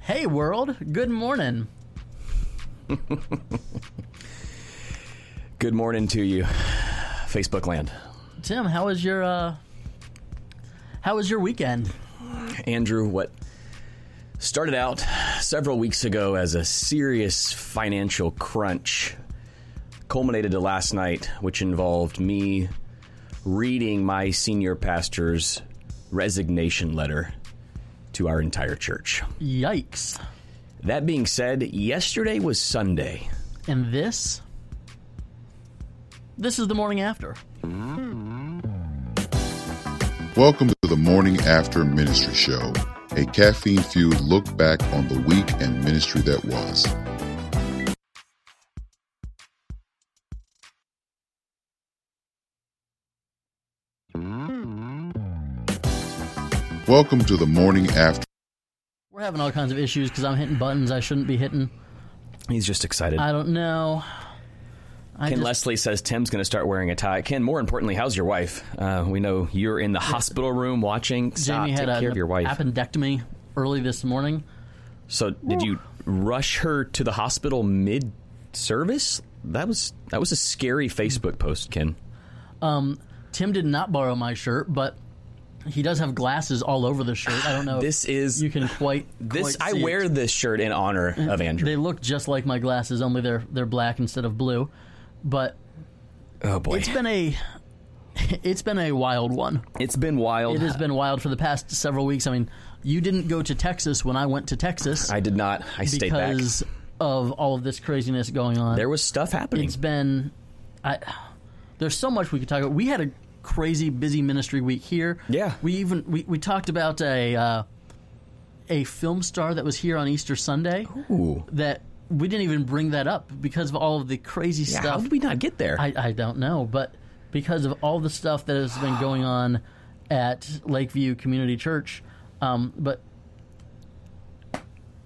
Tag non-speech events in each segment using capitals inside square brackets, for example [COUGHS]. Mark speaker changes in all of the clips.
Speaker 1: Hey, world. Good morning.
Speaker 2: Good morning to you, Facebook land.
Speaker 1: Tim, how was your uh how was your weekend?
Speaker 2: Andrew, what started out several weeks ago as a serious financial crunch culminated to last night, which involved me reading my senior pastor's resignation letter to our entire church.
Speaker 1: Yikes.
Speaker 2: That being said, yesterday was Sunday.
Speaker 1: And this this is the morning after.
Speaker 3: Welcome to the Morning After Ministry Show, a caffeine fueled look back on the week and ministry that was. Welcome to the Morning After.
Speaker 1: We're having all kinds of issues because I'm hitting buttons I shouldn't be hitting.
Speaker 2: He's just excited.
Speaker 1: I don't know. I
Speaker 2: Ken
Speaker 1: just-
Speaker 2: Leslie says Tim's going to start wearing a tie. Ken, more importantly, how's your wife? Uh, we know you're in the hospital room watching. Stop,
Speaker 1: Jamie
Speaker 2: take
Speaker 1: had
Speaker 2: care
Speaker 1: an
Speaker 2: of your wife.
Speaker 1: appendectomy early this morning.
Speaker 2: so, did you rush her to the hospital mid service? That was that was a scary Facebook post, Ken.
Speaker 1: Tim did not borrow my shirt, but he does have glasses all over the shirt. I don't know. if
Speaker 2: This is
Speaker 1: you can quite quite
Speaker 2: this. I
Speaker 1: see it. Uh-huh.
Speaker 2: wear this shirt in honor of Andrew.
Speaker 1: They look just like my glasses, only they're they're black instead of blue. But
Speaker 2: oh boy,
Speaker 1: it's been a [LAUGHS] it's been a wild one.
Speaker 2: it's been wild.
Speaker 1: It has been wild for the past several weeks. I mean, you didn't go to Texas when I went to Texas
Speaker 2: I did not. I stayed back.
Speaker 1: because of all of this craziness going on.
Speaker 2: There was stuff happening.
Speaker 1: it's been I there's so much we could talk about. We had a crazy busy ministry week here.
Speaker 2: Yeah.
Speaker 1: We even we, we talked about a uh, a film star that was here on Easter Sunday
Speaker 2: Ooh.
Speaker 1: that we didn't even bring that up because of all of the crazy
Speaker 2: Yeah, how
Speaker 1: stuff.
Speaker 2: did we not get there?
Speaker 1: I, I don't know, but because of all the stuff that has been going on at Lakeview Community Church, um, but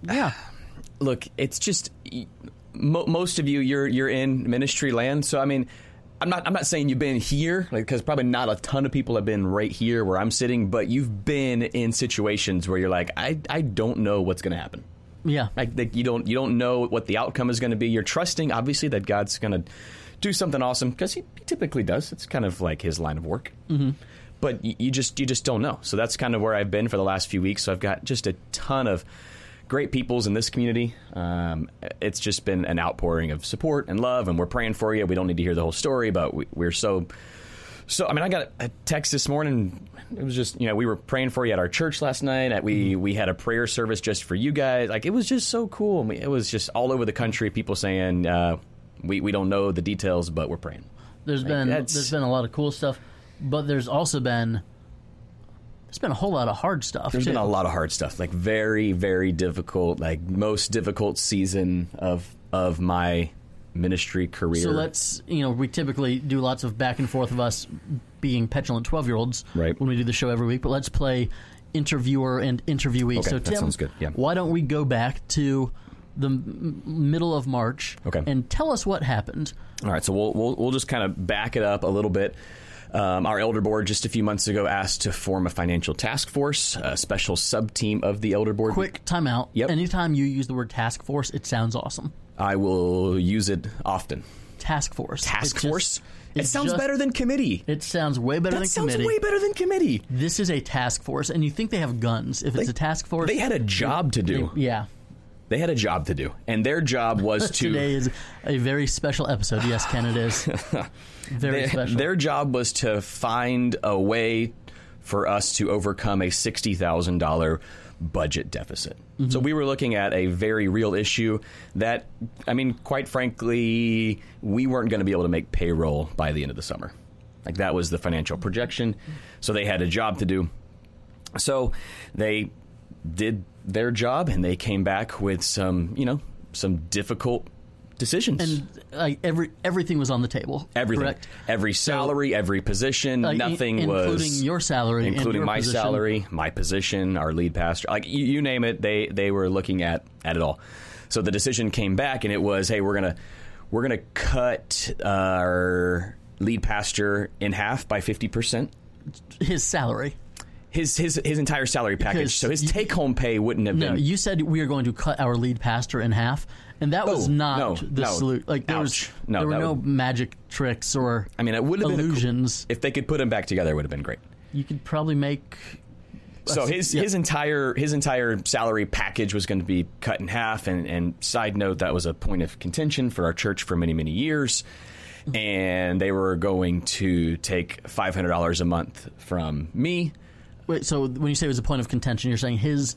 Speaker 1: yeah,
Speaker 2: [SIGHS] look, it's just y- mo- most of you you're you're in ministry land. So I mean, I'm not I'm not saying you've been here because probably not a ton of people have been right here where I'm sitting, but you've been in situations where you're like, I I don't know what's going to happen.
Speaker 1: yeah,
Speaker 2: Like, like you don't you don't know what the outcome is going to be. You're trusting obviously that God's going to do something awesome because he, he typically does. It's kind of like his line of work. Mm-hmm. But you, you just you just don't know. So that's kind of where I've been for the last few weeks. So I've got just a ton of great peoples in this community. Um, it's just been an outpouring of support and love, and we're praying for you. We don't need to hear the whole story, but we, we're so so I mean, I got a text this morning. It was just you know we were praying for you at our church last night. At we we had a prayer service just for you guys. Like it was just so cool. And we, it was just all over the country. People saying uh, we we don't know the details, but we're praying.
Speaker 1: There's been
Speaker 2: that's-
Speaker 1: there's been a lot of cool stuff, but there's also been there's been a whole lot of hard stuff.
Speaker 2: There's
Speaker 1: too.
Speaker 2: been a lot of hard stuff. Like very very difficult. Like most difficult season of of my ministry career.
Speaker 1: So let's you know we typically do lots of back and forth of us being petulant twelve year olds
Speaker 2: Right.
Speaker 1: when we do the show every week. But let's play interviewer and interviewee.
Speaker 2: Okay,
Speaker 1: so
Speaker 2: that
Speaker 1: Tim,
Speaker 2: sounds good, yeah.
Speaker 1: why don't we go back to the m- middle of March
Speaker 2: Okay.
Speaker 1: and tell us what happened?
Speaker 2: All right, so we'll we'll, we'll just kind of back it up a little bit. Um, our elder board just a few months ago asked to form a financial task force, a special sub team of the elder board.
Speaker 1: Quick timeout.
Speaker 2: Yep.
Speaker 1: Anytime you use the word task force, it sounds awesome.
Speaker 2: I will use it often.
Speaker 1: Task force.
Speaker 2: Task
Speaker 1: It just-
Speaker 2: force. It
Speaker 1: it's
Speaker 2: sounds
Speaker 1: just-
Speaker 2: better than committee.
Speaker 1: It sounds way better
Speaker 2: that
Speaker 1: than
Speaker 2: sounds
Speaker 1: committee.
Speaker 2: way better than committee.
Speaker 1: this is a task force, and you think they have guns. If it's a task force,
Speaker 2: They had a job to do.
Speaker 1: yeah.
Speaker 2: They had a job to do, and their job
Speaker 1: [LAUGHS]
Speaker 2: was to
Speaker 1: Today is a very special episode. Yes, Ken, it
Speaker 2: [LAUGHS]
Speaker 1: is very
Speaker 2: their,
Speaker 1: special.
Speaker 2: their job was to find a way for us to overcome a sixty thousand dollar budget deficit. So we were looking at a very real issue that, I mean, quite frankly, we weren't going to be able to make payroll by the end of the summer. Like that was the financial projection. So they had a job to do. So they did their job and they came back with some, you know, some difficult decisions.
Speaker 1: Like every everything was on the table.
Speaker 2: Everything.
Speaker 1: correct?
Speaker 2: Every salary, every position,
Speaker 1: Like, in-
Speaker 2: nothing
Speaker 1: including
Speaker 2: was
Speaker 1: your salary, and
Speaker 2: including
Speaker 1: your
Speaker 2: my
Speaker 1: position.
Speaker 2: salary, my position, our lead pastor. Like you, you name it, they they were looking at at it all. So the decision came back, and it was, hey, we're gonna we're gonna cut uh, our lead pastor in half by fifty percent
Speaker 1: His salary.
Speaker 2: his his his entire salary package.
Speaker 1: Because
Speaker 2: so his
Speaker 1: you-
Speaker 2: take home pay wouldn't have
Speaker 1: No,
Speaker 2: been.
Speaker 1: you said we are going to cut our lead pastor in half, and that was
Speaker 2: Oh,
Speaker 1: not
Speaker 2: no,
Speaker 1: the
Speaker 2: no.
Speaker 1: solu- Like there was,
Speaker 2: Ouch. No,
Speaker 1: there were
Speaker 2: that
Speaker 1: no
Speaker 2: would-
Speaker 1: magic tricks or
Speaker 2: I mean, it would have been a cool-
Speaker 1: illusions.
Speaker 2: if they could put him back together, it would have been great.
Speaker 1: you could probably make
Speaker 2: So his
Speaker 1: yeah.
Speaker 2: his entire his entire salary package was going to be cut in half. And, and side note, that was a point of contention for our church for many many years. And they were going to take five hundred dollars a month from me.
Speaker 1: wait. So when you say it was a point of contention, you're saying his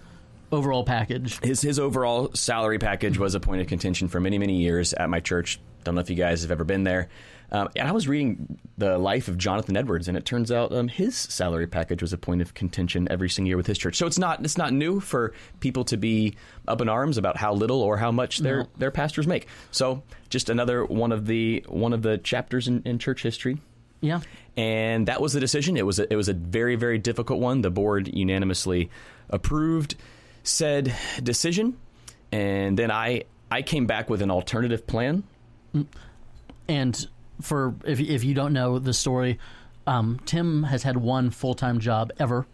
Speaker 1: overall package.
Speaker 2: His his overall salary package was a point of contention for many many years at my church. Don't know if you guys have ever been there. Um, and I was reading the life of Jonathan Edwards, and it turns out um, his salary package was a point of contention every single year with his church. So it's not it's not new for people to be up in arms about how little or how much their their pastors make. So just another one of the one of the chapters in, in church history
Speaker 1: Yeah,
Speaker 2: and that was the decision. It was a, it was a very very difficult one. The board unanimously approved said decision, and then I I came back with an alternative plan.
Speaker 1: and for if if you don't know the story, um, Tim has had one full time job ever.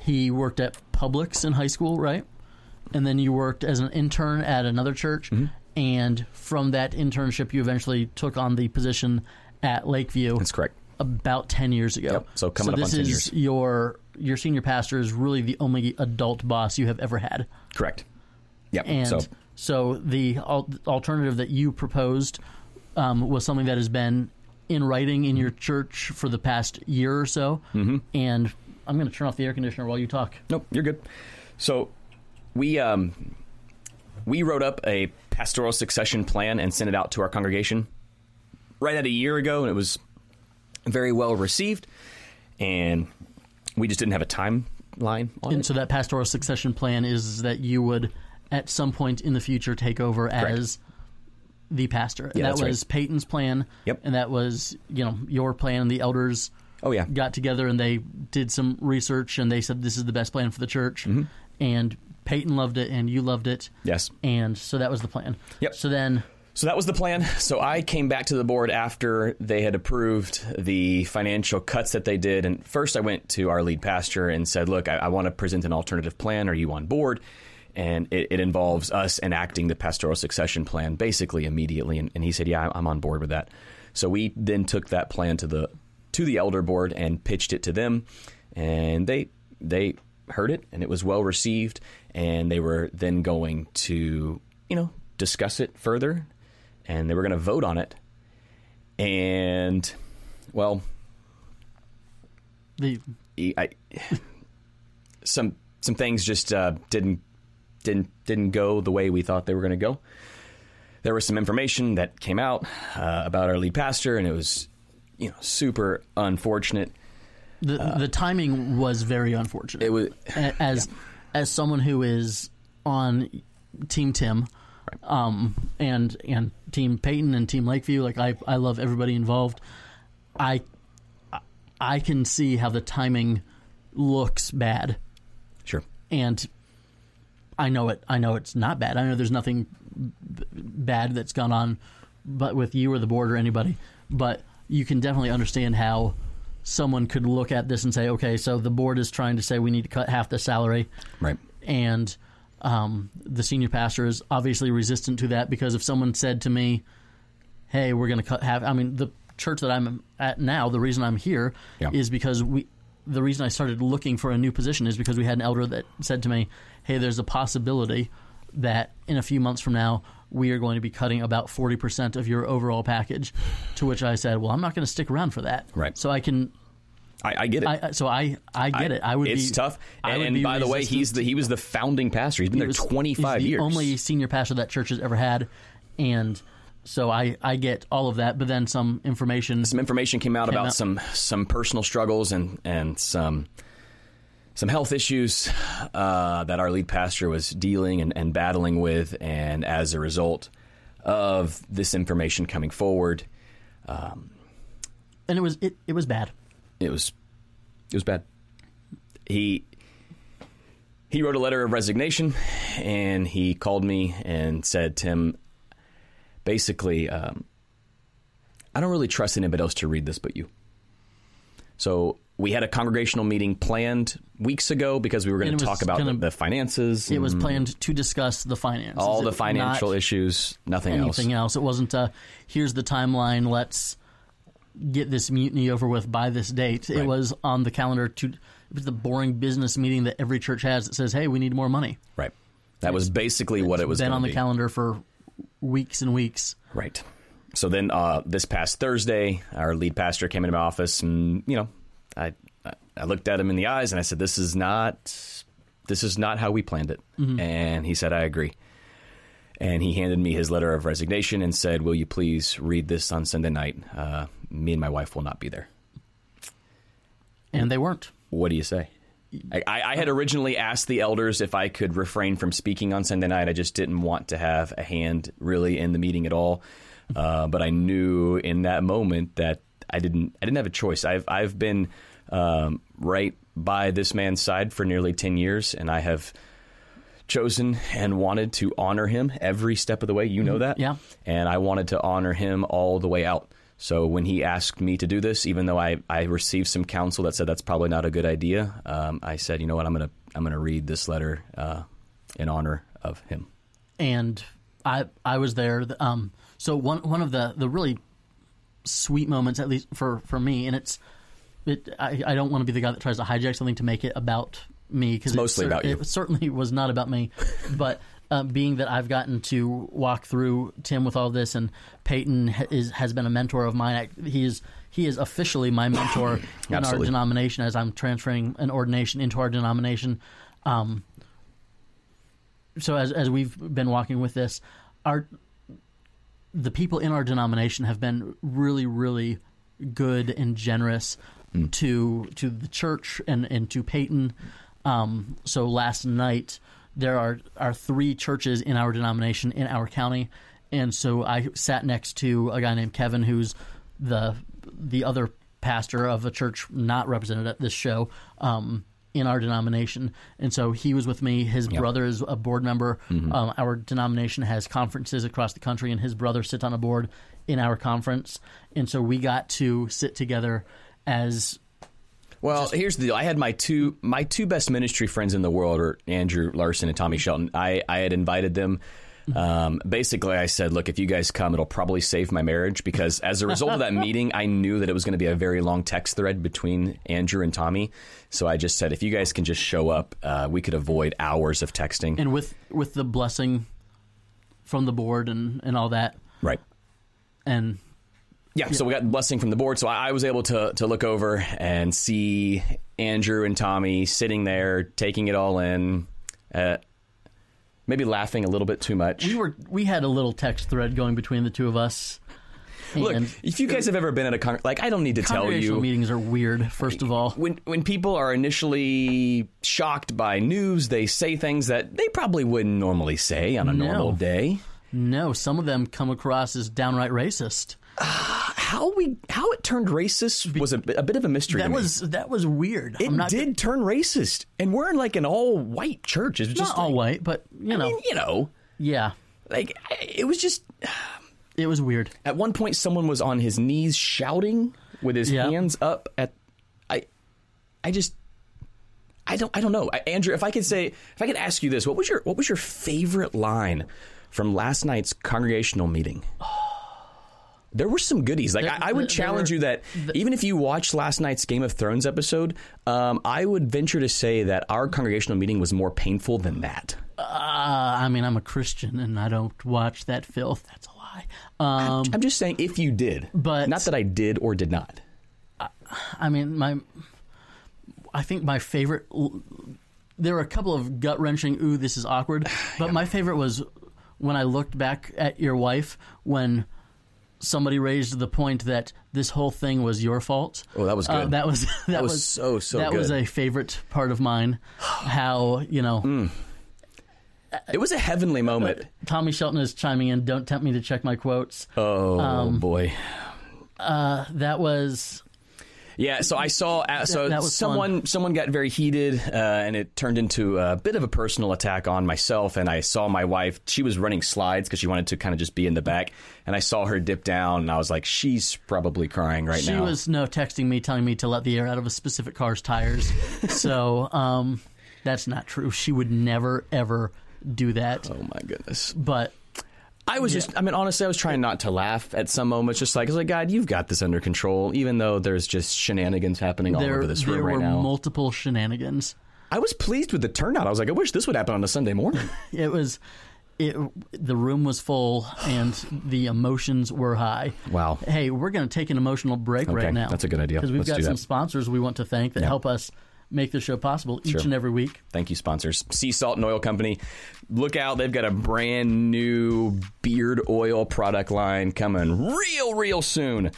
Speaker 1: He worked at Publix in high school, right? And then you worked as an intern at another church,
Speaker 2: Mm-hmm.
Speaker 1: and from that internship, you eventually took on the position at Lakeview.
Speaker 2: That's correct.
Speaker 1: about 10 years ago.
Speaker 2: Yep, so coming up
Speaker 1: this
Speaker 2: on 10
Speaker 1: is
Speaker 2: years.
Speaker 1: your your senior pastor is really the only adult boss you have ever had.
Speaker 2: Correct. Yep.
Speaker 1: And
Speaker 2: so
Speaker 1: so, the al- alternative that you proposed um, was something that has been in writing in your church for the past year or so. Mm-hmm. And I'm going to turn off the air conditioner while you talk.
Speaker 2: nope, you're good. So we um we wrote up a pastoral succession plan and sent it out to our congregation right at a year ago, and it was very well received. And we just didn't have a timeline on it.
Speaker 1: And so that pastoral succession plan is that you would at some point in the future take over as the pastor.
Speaker 2: Yeah,
Speaker 1: that
Speaker 2: that's right.
Speaker 1: was Peyton's plan.
Speaker 2: Yep.
Speaker 1: And that was, you know, your plan and the elders
Speaker 2: Oh yeah,
Speaker 1: got together and they did some research and they said this is the best plan for the church
Speaker 2: Mm-hmm.
Speaker 1: and Peyton loved it and you loved it
Speaker 2: yes.
Speaker 1: and so that was the plan.
Speaker 2: Yep.
Speaker 1: So then
Speaker 2: So that was the plan. So I came back to the board after they had approved the financial cuts that they did. And first, I went to our lead pastor and said, Look, I, I want to present an alternative plan. Are you on board? And it, it involves us enacting the pastoral succession plan basically immediately. And, and he said, Yeah, I- I'm on board with that. So we then took that plan to the to the elder board and pitched it to them. And they they heard it and it was well received. And they were then going to, you know, discuss it further and they were going to vote on it. And well,
Speaker 1: the
Speaker 2: e- I, [SIGHS] some some things just uh, didn't didn't didn't go the way we thought they were going to go. There was some information that came out uh, about our lead pastor, and it was you know super unfortunate.
Speaker 1: the, the timing was very unfortunate.
Speaker 2: Uh, It was
Speaker 1: A- as as someone who is on Team Tim, um, and and Team Peyton and Team Lakeview. Like I, I love everybody involved. I I can see how the timing looks bad,
Speaker 2: sure
Speaker 1: and I know it. I know it's not bad. I know there's nothing b- bad that's gone on, but with you or the board or anybody. But you can definitely understand how. Someone could look at this and say, "Okay, so the board is trying to say we need to cut half the salary
Speaker 2: right.
Speaker 1: and um, the senior pastor is obviously resistant to that because if someone said to me, "Hey, we're going to cut half," I mean, the church that I'm at now, the reason I'm here is
Speaker 2: Yeah.
Speaker 1: because we. The reason I started looking for a new position is because we had an elder that said to me, "Hey, there's a possibility that in a few months from now." We are going to be cutting about forty percent of your overall package, to which I said, "Well, I'm not going to stick around for that."
Speaker 2: Right.
Speaker 1: So I can,
Speaker 2: I, I get it.
Speaker 1: I, I- so I, I get it. I would.
Speaker 2: It's
Speaker 1: be,
Speaker 2: tough.
Speaker 1: I
Speaker 2: And,
Speaker 1: would
Speaker 2: and
Speaker 1: be
Speaker 2: by the way,
Speaker 1: resistant
Speaker 2: he's the he was the founding pastor. He's been there
Speaker 1: was-
Speaker 2: twenty five
Speaker 1: he's the
Speaker 2: years.
Speaker 1: Only senior pastor that church has ever had, and so I I get all of that, but then some information.
Speaker 2: some information came out about
Speaker 1: out.
Speaker 2: some some personal struggles and and some some health issues uh, that our lead pastor was dealing and, and battling with, and as a result of this information coming forward,
Speaker 1: and it was it, it was bad.
Speaker 2: it was it was bad. He he wrote a letter of resignation, and he called me and said, "Tim, basically, um, I don't really trust anybody else to read this but you. So we had a congregational meeting planned weeks ago because we were going
Speaker 1: And
Speaker 2: to
Speaker 1: it was
Speaker 2: talk about
Speaker 1: gonna-
Speaker 2: the, the finances,
Speaker 1: It was planned to discuss the finances,
Speaker 2: Mm. all the
Speaker 1: It-
Speaker 2: financial
Speaker 1: not
Speaker 2: issues, nothing else.
Speaker 1: anything else. It wasn't a here's the timeline. Let's get this mutiny over with by this date. It
Speaker 2: Right.
Speaker 1: was on the calendar to. It was the boring business meeting that every church has that says, "Hey, we need more money."
Speaker 2: Right. That was basically what it was.
Speaker 1: been
Speaker 2: gonna
Speaker 1: on the
Speaker 2: be.
Speaker 1: calendar for weeks and weeks.
Speaker 2: Right. So then uh, this past Thursday, our lead pastor came into my office and, you know, I, I- I looked at him in the eyes and I said, this is not, this is not how we planned it. And he said, I agree. And he handed me his letter of resignation and said, will you please read this on Sunday night? Uh, me and my wife will not be there.
Speaker 1: and they weren't.
Speaker 2: What do you say? I, I I had originally asked the elders if I could refrain from speaking on Sunday night. I just didn't want to have a hand really in the meeting at all. Uh, but I knew in that moment that I didn't. I didn't have a choice. I've I've been um, right by this man's side for nearly ten years, and I have chosen and wanted to honor him every step of the way. You know that,
Speaker 1: Yeah.
Speaker 2: And I wanted to honor him all the way out. So when he asked me to do this, even though I, I received some counsel that said that's probably not a good idea, um, I said, you know what, I'm gonna I'm gonna read this letter uh, in honor of him.
Speaker 1: and I I was there. The, Um, so one one of the the really sweet moments, at least for for me, and it's it. I, I don't want to be the guy that tries to hijack something to make it about me because
Speaker 2: mostly about you.
Speaker 1: It certainly was not about me, but. Uh, being that I've gotten to walk through Tim with all this, and Peyton ha- is, has been a mentor of mine. I, he is he is officially my mentor in our
Speaker 2: Absolutely.
Speaker 1: denomination as I'm transferring an ordination into our denomination. Um, so as as we've been walking with this, our the people in our denomination have been really, really good and generous to to the church and, and to Peyton. Um, so last night there are are three churches in our denomination in our county, and so I sat next to a guy named Kevin who's the the other pastor of a church not represented at this show. Um, in our denomination, and so he was with me. His brother is a board member.
Speaker 2: Mm-hmm.
Speaker 1: Um, our denomination has conferences across the country, and his brother sits on a board in our conference. And so we got to sit together as
Speaker 2: Well, here's the deal. I had my two my two best ministry friends in the world are Andrew Larson and Tommy Shelton. I, I had invited them. Um, basically, I said, "Look, if you guys come, it'll probably save my marriage." Because as a result of that meeting, I knew that it was going to be a very long text thread between Andrew and Tommy. So I just said, "If you guys can just show up, uh, we could avoid hours of texting."
Speaker 1: and with with the blessing from the board and and all that.
Speaker 2: right.
Speaker 1: And
Speaker 2: Yeah, so we got the blessing from the board. So I, I was able to to look over and see Andrew and Tommy sitting there, taking it all in, uh, maybe laughing a little bit too much.
Speaker 1: we were we had a little text thread going between the two of us.
Speaker 2: Look,
Speaker 1: And
Speaker 2: if you guys have ever been at a con- like, I don't need to tell
Speaker 1: congregational
Speaker 2: you.
Speaker 1: meetings are weird. First of all,
Speaker 2: when when people are initially shocked by news, they say things that they probably wouldn't normally say on a
Speaker 1: No.
Speaker 2: normal day.
Speaker 1: no, some of them come across as downright racist.
Speaker 2: How we how it turned racist was a, bit- a bit of a mystery. to
Speaker 1: That
Speaker 2: me.
Speaker 1: was that was weird.
Speaker 2: it
Speaker 1: I'm not
Speaker 2: did turn racist, and we're in like an all white church. It's just
Speaker 1: not all white, but you know,
Speaker 2: I mean, you know,
Speaker 1: yeah,
Speaker 2: like I- it was just
Speaker 1: it was weird.
Speaker 2: at one point someone was on his knees shouting with his
Speaker 1: Yeah.
Speaker 2: hands up at I I just I don't I don't know. I, Andrew, if I could say if I could ask you this, what was your what was your favorite line from last night's congregational [SIGHS] meeting? There were some goodies. Like I, I
Speaker 1: there-
Speaker 2: would
Speaker 1: there
Speaker 2: challenge
Speaker 1: were-
Speaker 2: you that even if you watched last night's Game of Thrones episode, um, I would venture to say that our congregational meeting was more painful than that.
Speaker 1: Uh, I mean, I'm a Christian and I don't watch that filth. That's a lie. Um,
Speaker 2: I'm just saying if you did,
Speaker 1: But-
Speaker 2: not that I did or did not.
Speaker 1: I mean, my, I think my favorite. There were a couple of gut wrenching. Ooh, this is
Speaker 2: [SIGHS]
Speaker 1: awkward. But my favorite was when I looked back at your wife when somebody raised the point that this whole thing was your fault.
Speaker 2: Oh, that was
Speaker 1: Uh,
Speaker 2: good.
Speaker 1: that was [LAUGHS] that,
Speaker 2: was so, so
Speaker 1: That was
Speaker 2: good. Mm.
Speaker 1: a favorite part of mine. How you know.
Speaker 2: It was a heavenly moment.
Speaker 1: Tommy Shelton is chiming in. Don't tempt me Um, to check my quotes.
Speaker 2: Oh boy,
Speaker 1: That was
Speaker 2: Yeah, so I saw uh, so
Speaker 1: That- that was
Speaker 2: someone someone got very heated, uh, and it turned into a bit of a personal attack on myself. And I saw my wife; she was running slides because she wanted to kind of just be in the back. And I saw her dip down, and I was like, "She's probably crying right
Speaker 1: She
Speaker 2: now."
Speaker 1: was no texting me telling me to let the air out of a specific car's
Speaker 2: [LAUGHS]
Speaker 1: tires. so um, that's not true. She would never ever do that.
Speaker 2: oh my goodness!
Speaker 1: But
Speaker 2: I was just—I mean, honestly, I was trying not to laugh at some moments. Just like, I was like, God, you've got this under control, even though there's just shenanigans happening all
Speaker 1: there
Speaker 2: over this
Speaker 1: there
Speaker 2: room right
Speaker 1: were
Speaker 2: now.
Speaker 1: multiple shenanigans.
Speaker 2: I was pleased with the turnout. I was like, I wish this would happen on a Sunday [LAUGHS] morning.
Speaker 1: It was it the room was full
Speaker 2: [SIGHS]
Speaker 1: and the emotions were high.
Speaker 2: Wow.
Speaker 1: Hey, we're going to take an emotional break right now.
Speaker 2: that's a good idea.
Speaker 1: Because we've
Speaker 2: Let's
Speaker 1: got
Speaker 2: do
Speaker 1: some
Speaker 2: that.
Speaker 1: sponsors we want to thank that help us make the show possible each
Speaker 2: Sure.
Speaker 1: and every week.
Speaker 2: Thank you, sponsors. Sea Salt and Oil Company. Look out, they've got a brand new beard oil product line coming real, real soon.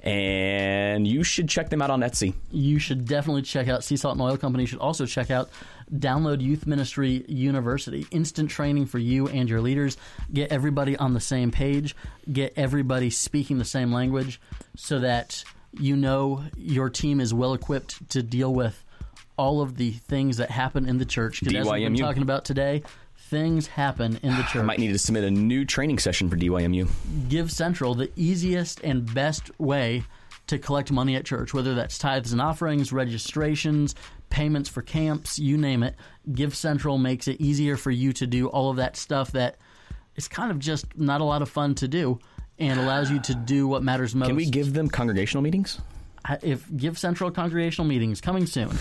Speaker 2: And you should check them out on Etsy.
Speaker 1: you should definitely check out Sea Salt and Oil Company. You should also check out Download Youth Ministry University. Instant training for you and your leaders. Get everybody on the same page. Get everybody speaking the same language so that you know your team is well equipped to deal with all of the things that happen in the church. 'Cause as we've been
Speaker 2: DYMU.
Speaker 1: talking about today, things happen in the
Speaker 2: [SIGHS] I
Speaker 1: church.
Speaker 2: might need to submit a new training session for DYMU.
Speaker 1: Give Central the easiest and best way to collect money at church, whether that's tithes and offerings, registrations, payments for camps, you name it. Give Central makes it easier for you to do all of that stuff that is kind of just not a lot of fun to do and allows you to do what matters most.
Speaker 2: Can we give them congregational meetings?
Speaker 1: I- if Give Central congregational meetings coming soon.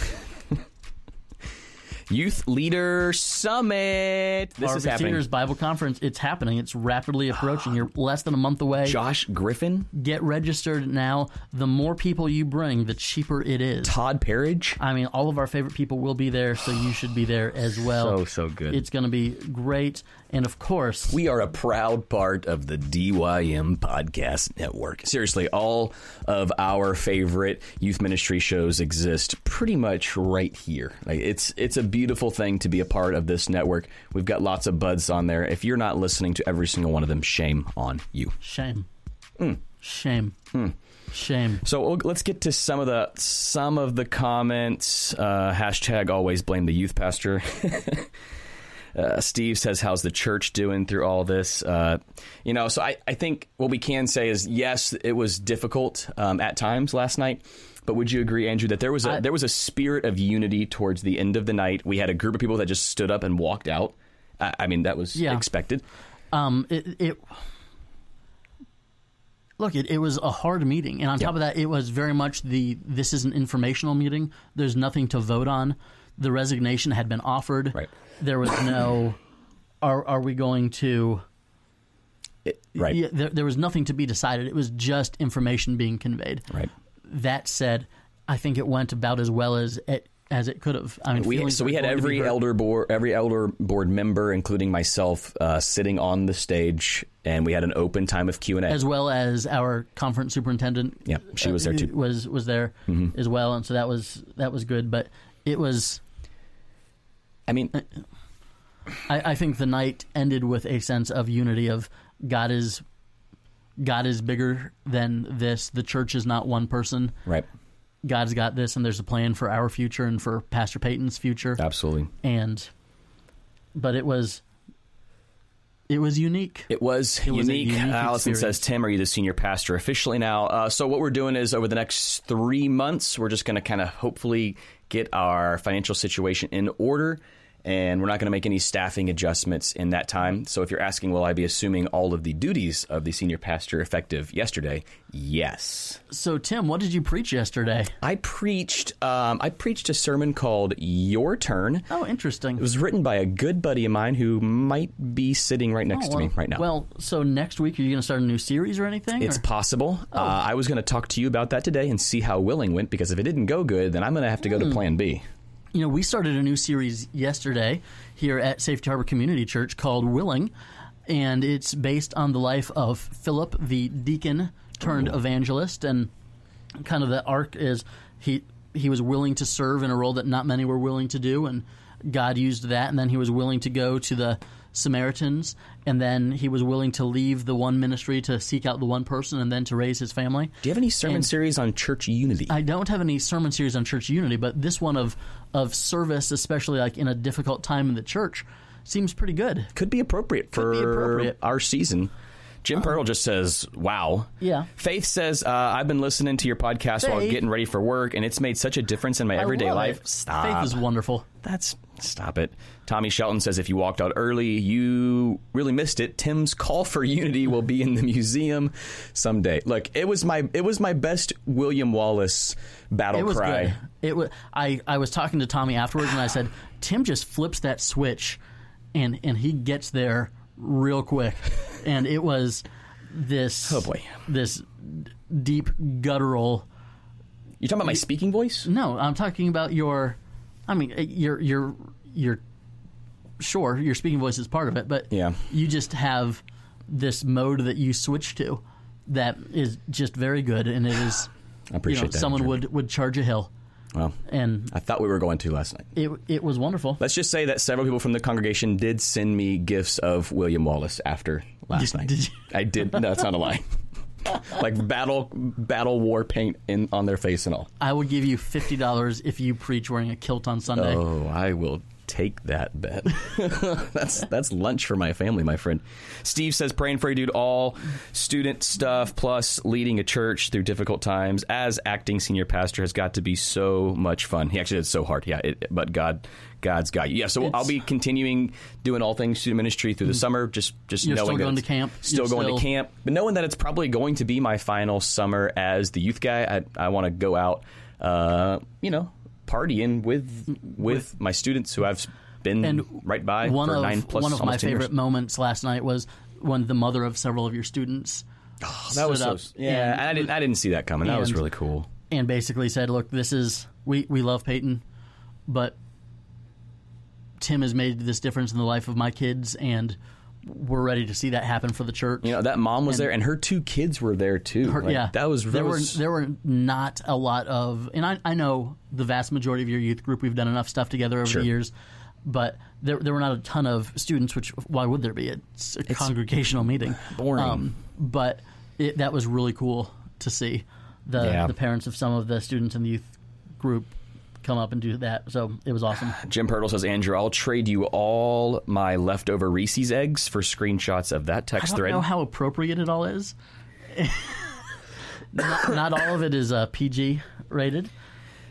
Speaker 2: Youth Leader Summit. This is
Speaker 1: RV
Speaker 2: happening.
Speaker 1: Cedars Bible Conference, it's happening. It's rapidly approaching. You're less than a month away.
Speaker 2: Josh Griffin,
Speaker 1: Get registered now. The more people you bring, the cheaper it is.
Speaker 2: Todd Parridge.
Speaker 1: I mean, all of our favorite people will be there, so you should be there as well.
Speaker 2: [SIGHS] So, so good.
Speaker 1: It's going to be great. And of course,
Speaker 2: We are a proud part of the DYM Podcast Network. Seriously, all of our favorite youth ministry shows exist pretty much right here. Like it's it's a beautiful thing to be a part of this network. We've got lots of buds on there. If you're not listening to every single one of them, shame on you.
Speaker 1: shame.
Speaker 2: Hmm.
Speaker 1: Shame. Shame.
Speaker 2: So we'll- let's get to some of the some of the comments. Uh, hashtag always blame the youth pastor. [LAUGHS] uh, Steve says, "How's the church doing through all this?" Uh, you know, so I, I think what we can say is yes, it was difficult um, at times last night. But would you agree, Andrew, that there was a
Speaker 1: I-
Speaker 2: there was a spirit of unity towards the end of the night? We had a group of people that just stood up and walked out. I, I mean, that was
Speaker 1: Yeah.
Speaker 2: expected.
Speaker 1: Um, it, it look, it, it was a hard meeting, and on top of that, it was very much the this is an informational meeting. There's nothing to vote on. The resignation had been offered.
Speaker 2: Right.
Speaker 1: There was
Speaker 2: [COUGHS]
Speaker 1: no. Are are we going to?
Speaker 2: It- right.
Speaker 1: Yeah, there, there was nothing to be decided. It was just information being conveyed.
Speaker 2: Right.
Speaker 1: That said, I think it went about as well as it as it could have. I mean,
Speaker 2: we,
Speaker 1: feelings
Speaker 2: so
Speaker 1: are
Speaker 2: we had
Speaker 1: going to be
Speaker 2: every
Speaker 1: hurt.
Speaker 2: elder board every elder board member including myself uh, sitting on the stage and we had an open time of q&a
Speaker 1: as well as our conference superintendent.
Speaker 2: Yep, she was
Speaker 1: uh,
Speaker 2: there too. Mm-hmm.
Speaker 1: Was was there as well, and so that was that was good. But it was.
Speaker 2: i mean
Speaker 1: uh, I, I think the night ended with a sense of unity of God is. God is bigger than this. The church is not one person.
Speaker 2: right
Speaker 1: God's got this, and there's a plan for our future and for Pastor Peyton's future.
Speaker 2: absolutely
Speaker 1: and but it was it was unique
Speaker 2: It was
Speaker 1: was a
Speaker 2: unique.
Speaker 1: unique
Speaker 2: Allison
Speaker 1: experience.
Speaker 2: says, Tim, are you the senior pastor officially now? Uh, so, what we're doing is over the next three months, we're just going to kind of hopefully get our financial situation in order. And we're not going to make any staffing adjustments in that time. So, if you're asking, will I be assuming all of the duties of the senior pastor effective yesterday? Yes.
Speaker 1: so tim what did you preach yesterday
Speaker 2: I preached. Um, I preached a sermon called "Your Turn." It
Speaker 1: oh interesting
Speaker 2: was written by a good buddy of mine who might be sitting right next
Speaker 1: Oh,
Speaker 2: to me
Speaker 1: well-
Speaker 2: right now.
Speaker 1: well so next week are you going to start a new series or anything
Speaker 2: it's
Speaker 1: or-
Speaker 2: possible.
Speaker 1: Oh.
Speaker 2: Uh, I was going to talk to you about that today and see how Willing went because if it didn't go good, then I'm going to have to
Speaker 1: Hmm.
Speaker 2: go to Plan B.
Speaker 1: you know we started a new series yesterday here at safety harbor community church called willing and it's based on the life of philip the deacon turned evangelist and kind of the arc is he he was willing to serve in a role that not many were willing to do and God used that, and then he was willing to go to the Samaritans, and then he was willing to leave the one ministry to seek out the one person, and then to raise his family.
Speaker 2: Do you have any sermon
Speaker 1: And-
Speaker 2: series on church unity?
Speaker 1: I don't have any sermon series on church unity, but this one of of service, especially like in a difficult time in the church, seems pretty good.
Speaker 2: could be appropriate for
Speaker 1: be appropriate. Um,
Speaker 2: our season. Jim Pearl just says, "Wow."
Speaker 1: Yeah.
Speaker 2: Faith says, uh, "I've been listening to your podcast while
Speaker 1: Faith.
Speaker 2: getting ready for work, and it's made such a difference in my
Speaker 1: I
Speaker 2: everyday
Speaker 1: love
Speaker 2: life."
Speaker 1: it.
Speaker 2: Stop.
Speaker 1: Faith is wonderful.
Speaker 2: That's stop it. Tommy Shelton says, "If you walked out early, you really missed it." Tim's call for unity will be in the museum someday. Look, it was my it was my best William Wallace battle
Speaker 1: It was
Speaker 2: cry.
Speaker 1: good. It was. I I was talking to Tommy afterwards, and I said, Tim just flips that switch, and and he gets there real
Speaker 2: [LAUGHS]
Speaker 1: quick, and it was this
Speaker 2: Oh, boy.
Speaker 1: this d- deep guttural.
Speaker 2: You talking about my speaking voice?
Speaker 1: No, I'm talking about your. I mean, uh, your your your. Sure, your speaking voice is part of it, but
Speaker 2: Yeah.
Speaker 1: you just have this mode that you switch to that is just very good, and it
Speaker 2: [SIGHS]
Speaker 1: is.
Speaker 2: I appreciate
Speaker 1: you know,
Speaker 2: that.
Speaker 1: Someone
Speaker 2: Andrew.
Speaker 1: would would charge a hill,
Speaker 2: Well,
Speaker 1: and
Speaker 2: I thought we were going to last night.
Speaker 1: it it was wonderful.
Speaker 2: Let's just say that several people from the congregation did send me gifts of William Wallace after last night.
Speaker 1: did you?
Speaker 2: I did. No, that's not
Speaker 1: [LAUGHS]
Speaker 2: a lie. like battle battle war paint in on their face and all.
Speaker 1: I will give you fifty dollars if you preach wearing a kilt on Sunday.
Speaker 2: Oh, I will take that bet. [LAUGHS]
Speaker 1: [LAUGHS]
Speaker 2: that's that's lunch for my family, my friend. Steve says praying for you, dude. All student stuff plus leading a church through difficult times as acting senior pastor has got to be so much fun. He actually did so hard, yeah. It, but God, God's got you. Yeah. So I'll be continuing doing all things student ministry through the summer. Just just
Speaker 1: Mm. You're
Speaker 2: knowing
Speaker 1: still
Speaker 2: that
Speaker 1: going to
Speaker 2: it's-
Speaker 1: camp.
Speaker 2: still
Speaker 1: You're
Speaker 2: going to
Speaker 1: still-
Speaker 2: camp, but knowing that it's probably going to be my final summer as the youth guy, I, I want to go out, uh, you know, partying with with, my students who I've been
Speaker 1: And
Speaker 2: right by
Speaker 1: one
Speaker 2: for
Speaker 1: of
Speaker 2: nine plus
Speaker 1: one of my
Speaker 2: almost 10 years.
Speaker 1: favorite moments last night was when the mother of several of your students
Speaker 2: That was
Speaker 1: stood
Speaker 2: so,
Speaker 1: up
Speaker 2: yeah,
Speaker 1: and-
Speaker 2: I didn't I didn't see that coming. That was
Speaker 1: and-
Speaker 2: really cool.
Speaker 1: and basically said, "Look, this is we we love Peyton, but Tim has made this difference in the life of my kids, and we're ready to see that happen for the church."
Speaker 2: You know, that mom was there, and her two kids were there too.
Speaker 1: Or-
Speaker 2: Like,
Speaker 1: yeah,
Speaker 2: that was
Speaker 1: there
Speaker 2: that
Speaker 1: were
Speaker 2: was-
Speaker 1: there were not a lot of, and I I know the vast majority of your youth group we've done enough stuff together over
Speaker 2: Sure.
Speaker 1: the years, but there there were not a ton of students. Which why would there be? It's a congregational meeting. Um,
Speaker 2: boring.
Speaker 1: but it, that was really cool to see the
Speaker 2: Yeah.
Speaker 1: the parents of some of the students in the youth group come up and do that. So it was awesome.
Speaker 2: Jim Pirtle says, Andrew, I'll trade you all my leftover Reese's eggs for screenshots of
Speaker 1: I
Speaker 2: that text
Speaker 1: don't
Speaker 2: thread.
Speaker 1: know how appropriate it all is. [LAUGHS] not, not all of it is uh, PG rated.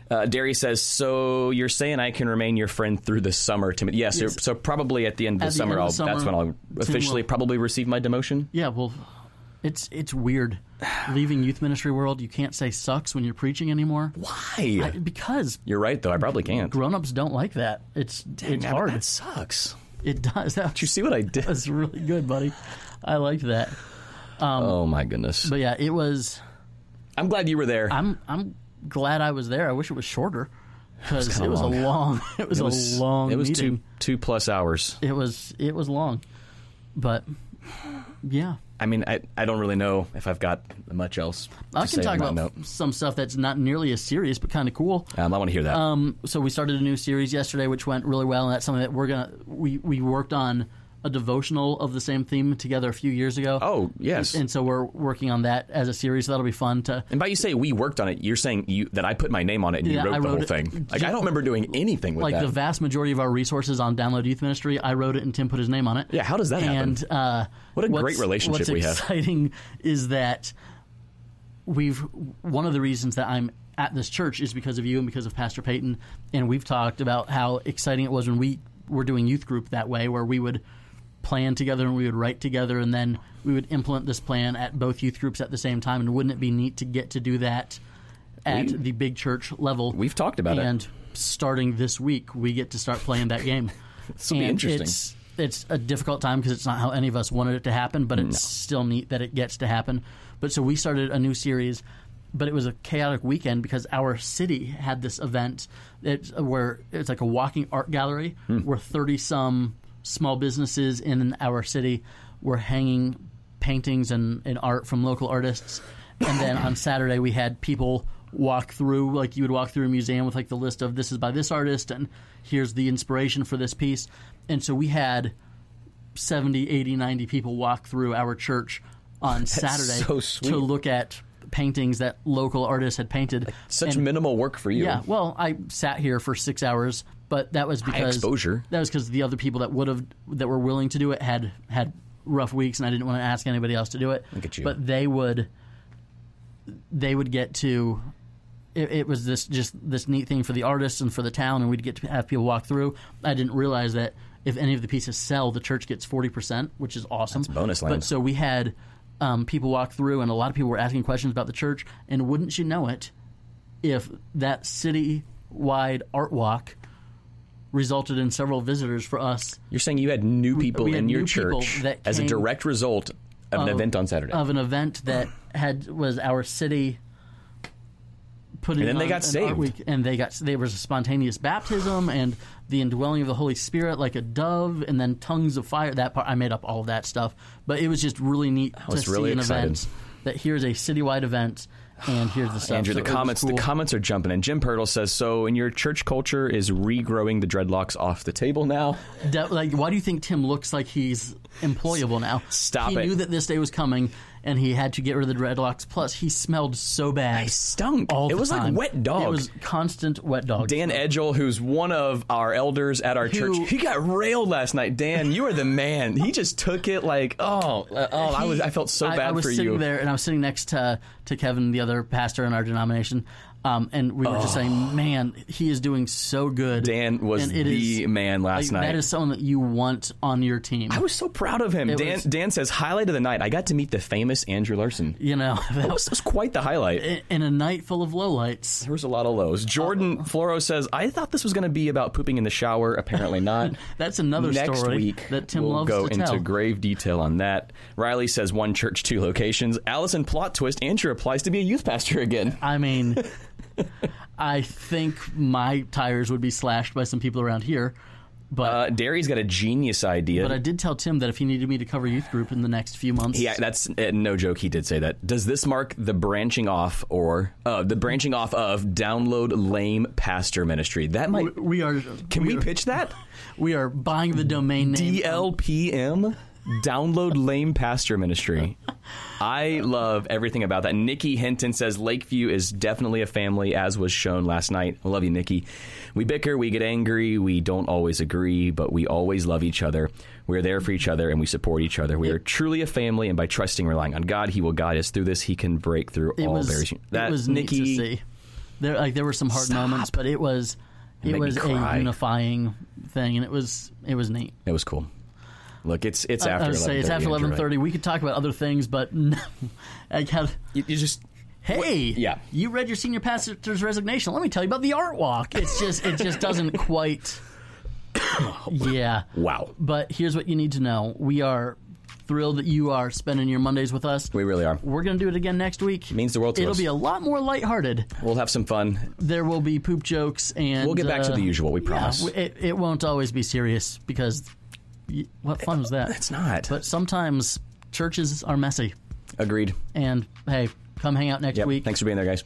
Speaker 2: Uh, Darius says, "So you're saying I can remain your friend through the summer, Tim? Yes. So, so probably at the end of the,
Speaker 1: At the
Speaker 2: summer,
Speaker 1: end of the
Speaker 2: I'll, that's
Speaker 1: summer,
Speaker 2: when I'll
Speaker 1: Tim
Speaker 2: officially
Speaker 1: will-
Speaker 2: probably receive my demotion.
Speaker 1: Yeah, well, it's it's weird leaving youth ministry world. You can't say sucks when you're preaching anymore
Speaker 2: Why?
Speaker 1: because
Speaker 2: you're right, though. I probably can't.
Speaker 1: grown-ups don't like that. It's it's
Speaker 2: Yeah, but
Speaker 1: hard.
Speaker 2: That sucks.
Speaker 1: It does. [LAUGHS] That
Speaker 2: Do you see what I did?
Speaker 1: was really good, buddy. I liked that.
Speaker 2: oh my goodness.
Speaker 1: Um, But yeah, it was.
Speaker 2: I'm glad you were there.
Speaker 1: I'm I'm glad I was there. I wish it was shorter because
Speaker 2: kinda
Speaker 1: it was
Speaker 2: long.
Speaker 1: a long. [LAUGHS] It was,
Speaker 2: it was
Speaker 1: a long.
Speaker 2: It was
Speaker 1: meeting.
Speaker 2: two two plus hours.
Speaker 1: It was it was long, but yeah.
Speaker 2: I mean, I, I don't really know if I've got much else.
Speaker 1: I
Speaker 2: to
Speaker 1: can
Speaker 2: say
Speaker 1: talk
Speaker 2: on that
Speaker 1: about
Speaker 2: note.
Speaker 1: some stuff that's not nearly as serious, but kind of cool.
Speaker 2: Um, I want to hear that.
Speaker 1: Um, so we started a new series yesterday, which went really well, and that's something that we're gonna we we worked on a devotional of the same theme together a few years ago.
Speaker 2: oh yes.
Speaker 1: and so we're working on that as a series. So that'll be fun to.
Speaker 2: And by you say we worked on it, you're saying you that I put my name on it and
Speaker 1: Yeah,
Speaker 2: you wrote,
Speaker 1: I
Speaker 2: the
Speaker 1: wrote
Speaker 2: whole
Speaker 1: it.
Speaker 2: thing. Like I don't remember doing anything with
Speaker 1: Like
Speaker 2: that.
Speaker 1: the vast majority of our resources on Download Youth Ministry, I wrote it and Tim put his name on it.
Speaker 2: Yeah, how does that happen?
Speaker 1: and, Uh,
Speaker 2: What a
Speaker 1: what's-
Speaker 2: great relationship
Speaker 1: what's
Speaker 2: we have.
Speaker 1: exciting is that we've one of the reasons that I'm at this church is because of you and because of Pastor Peyton, and we've talked about how exciting it was when we were doing youth group that way, where we would plan together and we would write together, and then we would implement this plan at both youth groups at the same time. And wouldn't it be neat to get to do that at
Speaker 2: We-
Speaker 1: the big church level?
Speaker 2: We've talked about it.
Speaker 1: and starting this week, we get to start playing that game.
Speaker 2: [LAUGHS] This will be
Speaker 1: And
Speaker 2: interesting.
Speaker 1: It's, it's a difficult time because it's not how any of us wanted it to happen, but it's still neat that it gets to happen. But so we started a new series, but it was a chaotic weekend because our city had this event it's, where it's like a walking art gallery
Speaker 2: Hmm.
Speaker 1: where 30 some small businesses in our city were hanging paintings and, and art from local artists. And then on Saturday, we had people walk through like you would walk through a museum with like the list of this is by this artist and here's the inspiration for this piece and so we had 70 80 90 people walk through our church on saturday
Speaker 2: so sweet.
Speaker 1: to look at paintings that local artists had painted
Speaker 2: Such
Speaker 1: And-
Speaker 2: minimal work for you.
Speaker 1: yeah, well, I sat here for six hours, but that was because
Speaker 2: exposure.
Speaker 1: That was because the other people that would have that were willing to do it had had rough weeks, and I didn't want to ask anybody else to do it.
Speaker 2: Look at you.
Speaker 1: But they would, they would get to. It, it was this just this neat thing for the artists and for the town, and we'd get to have people walk through. I didn't realize that if any of the pieces sell, the church gets forty percent, which is awesome.
Speaker 2: bonus
Speaker 1: But
Speaker 2: land.
Speaker 1: so we had. Um, people walk through, and a lot of people were asking questions about the church. And wouldn't you know it, if that city wide art walk resulted in several visitors for us
Speaker 2: You're saying you had new people
Speaker 1: we had
Speaker 2: in your
Speaker 1: new people
Speaker 2: church
Speaker 1: that
Speaker 2: as a
Speaker 1: came
Speaker 2: direct result of an event on Saturday.
Speaker 1: of an event that had was our city putting
Speaker 2: And then they
Speaker 1: on
Speaker 2: got
Speaker 1: an art
Speaker 2: saved.
Speaker 1: week, and they got there was a spontaneous baptism and the indwelling of the Holy Spirit like a dove and then tongues of fire that part I made up all of that stuff but it was just really neat
Speaker 2: was
Speaker 1: to
Speaker 2: really
Speaker 1: see an
Speaker 2: excited.
Speaker 1: event that here's a citywide event and here's
Speaker 2: [SIGHS]
Speaker 1: the stuff
Speaker 2: Andrew,
Speaker 1: So
Speaker 2: the
Speaker 1: it was
Speaker 2: comments
Speaker 1: cool.
Speaker 2: the comments are jumping in. Jim Pirtle says, "So in your church culture is regrowing the dreadlocks off the table now."
Speaker 1: De- like, why do you think Tim looks like he's employable now?
Speaker 2: Stop
Speaker 1: he
Speaker 2: it.
Speaker 1: knew that this day was coming, and he had to get rid of the dreadlocks. Plus, he smelled so bad.
Speaker 2: I stunk.
Speaker 1: all
Speaker 2: it
Speaker 1: the
Speaker 2: was like
Speaker 1: time.
Speaker 2: wet dog.
Speaker 1: It was constant wet dog.
Speaker 2: Dan Edgel, who's one of our elders at our
Speaker 1: Who-
Speaker 2: church, he got railed last night. Dan, you are the man. He just took it like, oh, uh, oh, I was, I felt so
Speaker 1: I-
Speaker 2: bad
Speaker 1: I was
Speaker 2: for
Speaker 1: sitting
Speaker 2: you.
Speaker 1: there, and I was sitting next to to Kevin, the other pastor in our denomination, um, and we were just saying, "Man, he is doing so good."
Speaker 2: Oh. Dan was
Speaker 1: And it
Speaker 2: the
Speaker 1: is-
Speaker 2: man last
Speaker 1: like,
Speaker 2: night.
Speaker 1: That is someone that you want on your team.
Speaker 2: I was so proud of him. Dan,
Speaker 1: was-
Speaker 2: Dan says, highlight of the night. I got to meet the famous Andrew Larson.
Speaker 1: you know, [LAUGHS]
Speaker 2: That was, that was quite the highlight.
Speaker 1: in a night full of lowlights.
Speaker 2: there was a lot of lows. Jordan
Speaker 1: Uh-huh.
Speaker 2: Floro says, I thought this was going to be about pooping in the shower. Apparently not.
Speaker 1: That's [LAUGHS] another
Speaker 2: Next
Speaker 1: story
Speaker 2: week,
Speaker 1: that Tim
Speaker 2: we'll
Speaker 1: loves
Speaker 2: go
Speaker 1: to
Speaker 2: into
Speaker 1: tell.
Speaker 2: grave detail on that. Riley says one church, two locations. Allison plot twist. Andrew applies to be a youth pastor again.
Speaker 1: I mean, I think my tires would be slashed by some people around here. But
Speaker 2: Uh, Derry's got a genius idea.
Speaker 1: but I did tell Tim that if he needed me to cover youth group in the next few months,
Speaker 2: yeah, that's uh, no joke. He did say that. Does this mark the branching off or uh, the branching off of download lame pastor ministry? That might.
Speaker 1: w- we are.
Speaker 2: Can we
Speaker 1: are-
Speaker 2: pitch [LAUGHS] that?
Speaker 1: We are buying the domain name.
Speaker 2: DLPM, download lame pastor ministry. I love everything about that. Nikki Hinton says Lakeview is definitely a family, as was shown last night. I love you, Nikki. We bicker, we get angry, we don't always agree, but we always love each other. We're there for each other and we support each other. We are truly a family, and by trusting, relying on God, He will guide us through this. He can break through
Speaker 1: It
Speaker 2: all
Speaker 1: was.
Speaker 2: barriers. That
Speaker 1: it was
Speaker 2: Nikki,
Speaker 1: neat to see. There, like there were some hard moments, but it was. It
Speaker 2: made me
Speaker 1: was a
Speaker 2: cry.
Speaker 1: unifying thing, and it was it was neat.
Speaker 2: it was cool. Look, it's it's
Speaker 1: I
Speaker 2: after
Speaker 1: would say it's after eleven thirty. We could talk about other things, but [LAUGHS] no, I had
Speaker 2: You, you just
Speaker 1: Hey,
Speaker 2: yeah.
Speaker 1: you read your senior pastor's resignation. Let me tell you about the art walk. It's just it just
Speaker 2: [LAUGHS]
Speaker 1: doesn't quite Yeah.
Speaker 2: wow.
Speaker 1: But here's what you need to know. We are thrilled that you are spending your Mondays with us.
Speaker 2: We really are.
Speaker 1: We're going to do it again next week.
Speaker 2: Means the world to
Speaker 1: It'll
Speaker 2: us.
Speaker 1: be a lot more lighthearted.
Speaker 2: We'll have some fun.
Speaker 1: There will be poop jokes and
Speaker 2: We'll get back to
Speaker 1: uh,
Speaker 2: the usual, we
Speaker 1: yeah,
Speaker 2: promise.
Speaker 1: w- it, it won't always be serious because y- what fun was that?
Speaker 2: It's not.
Speaker 1: But sometimes churches are messy.
Speaker 2: Agreed.
Speaker 1: And hey, come hang out next
Speaker 2: Yep.
Speaker 1: week.
Speaker 2: Thanks for being there, guys.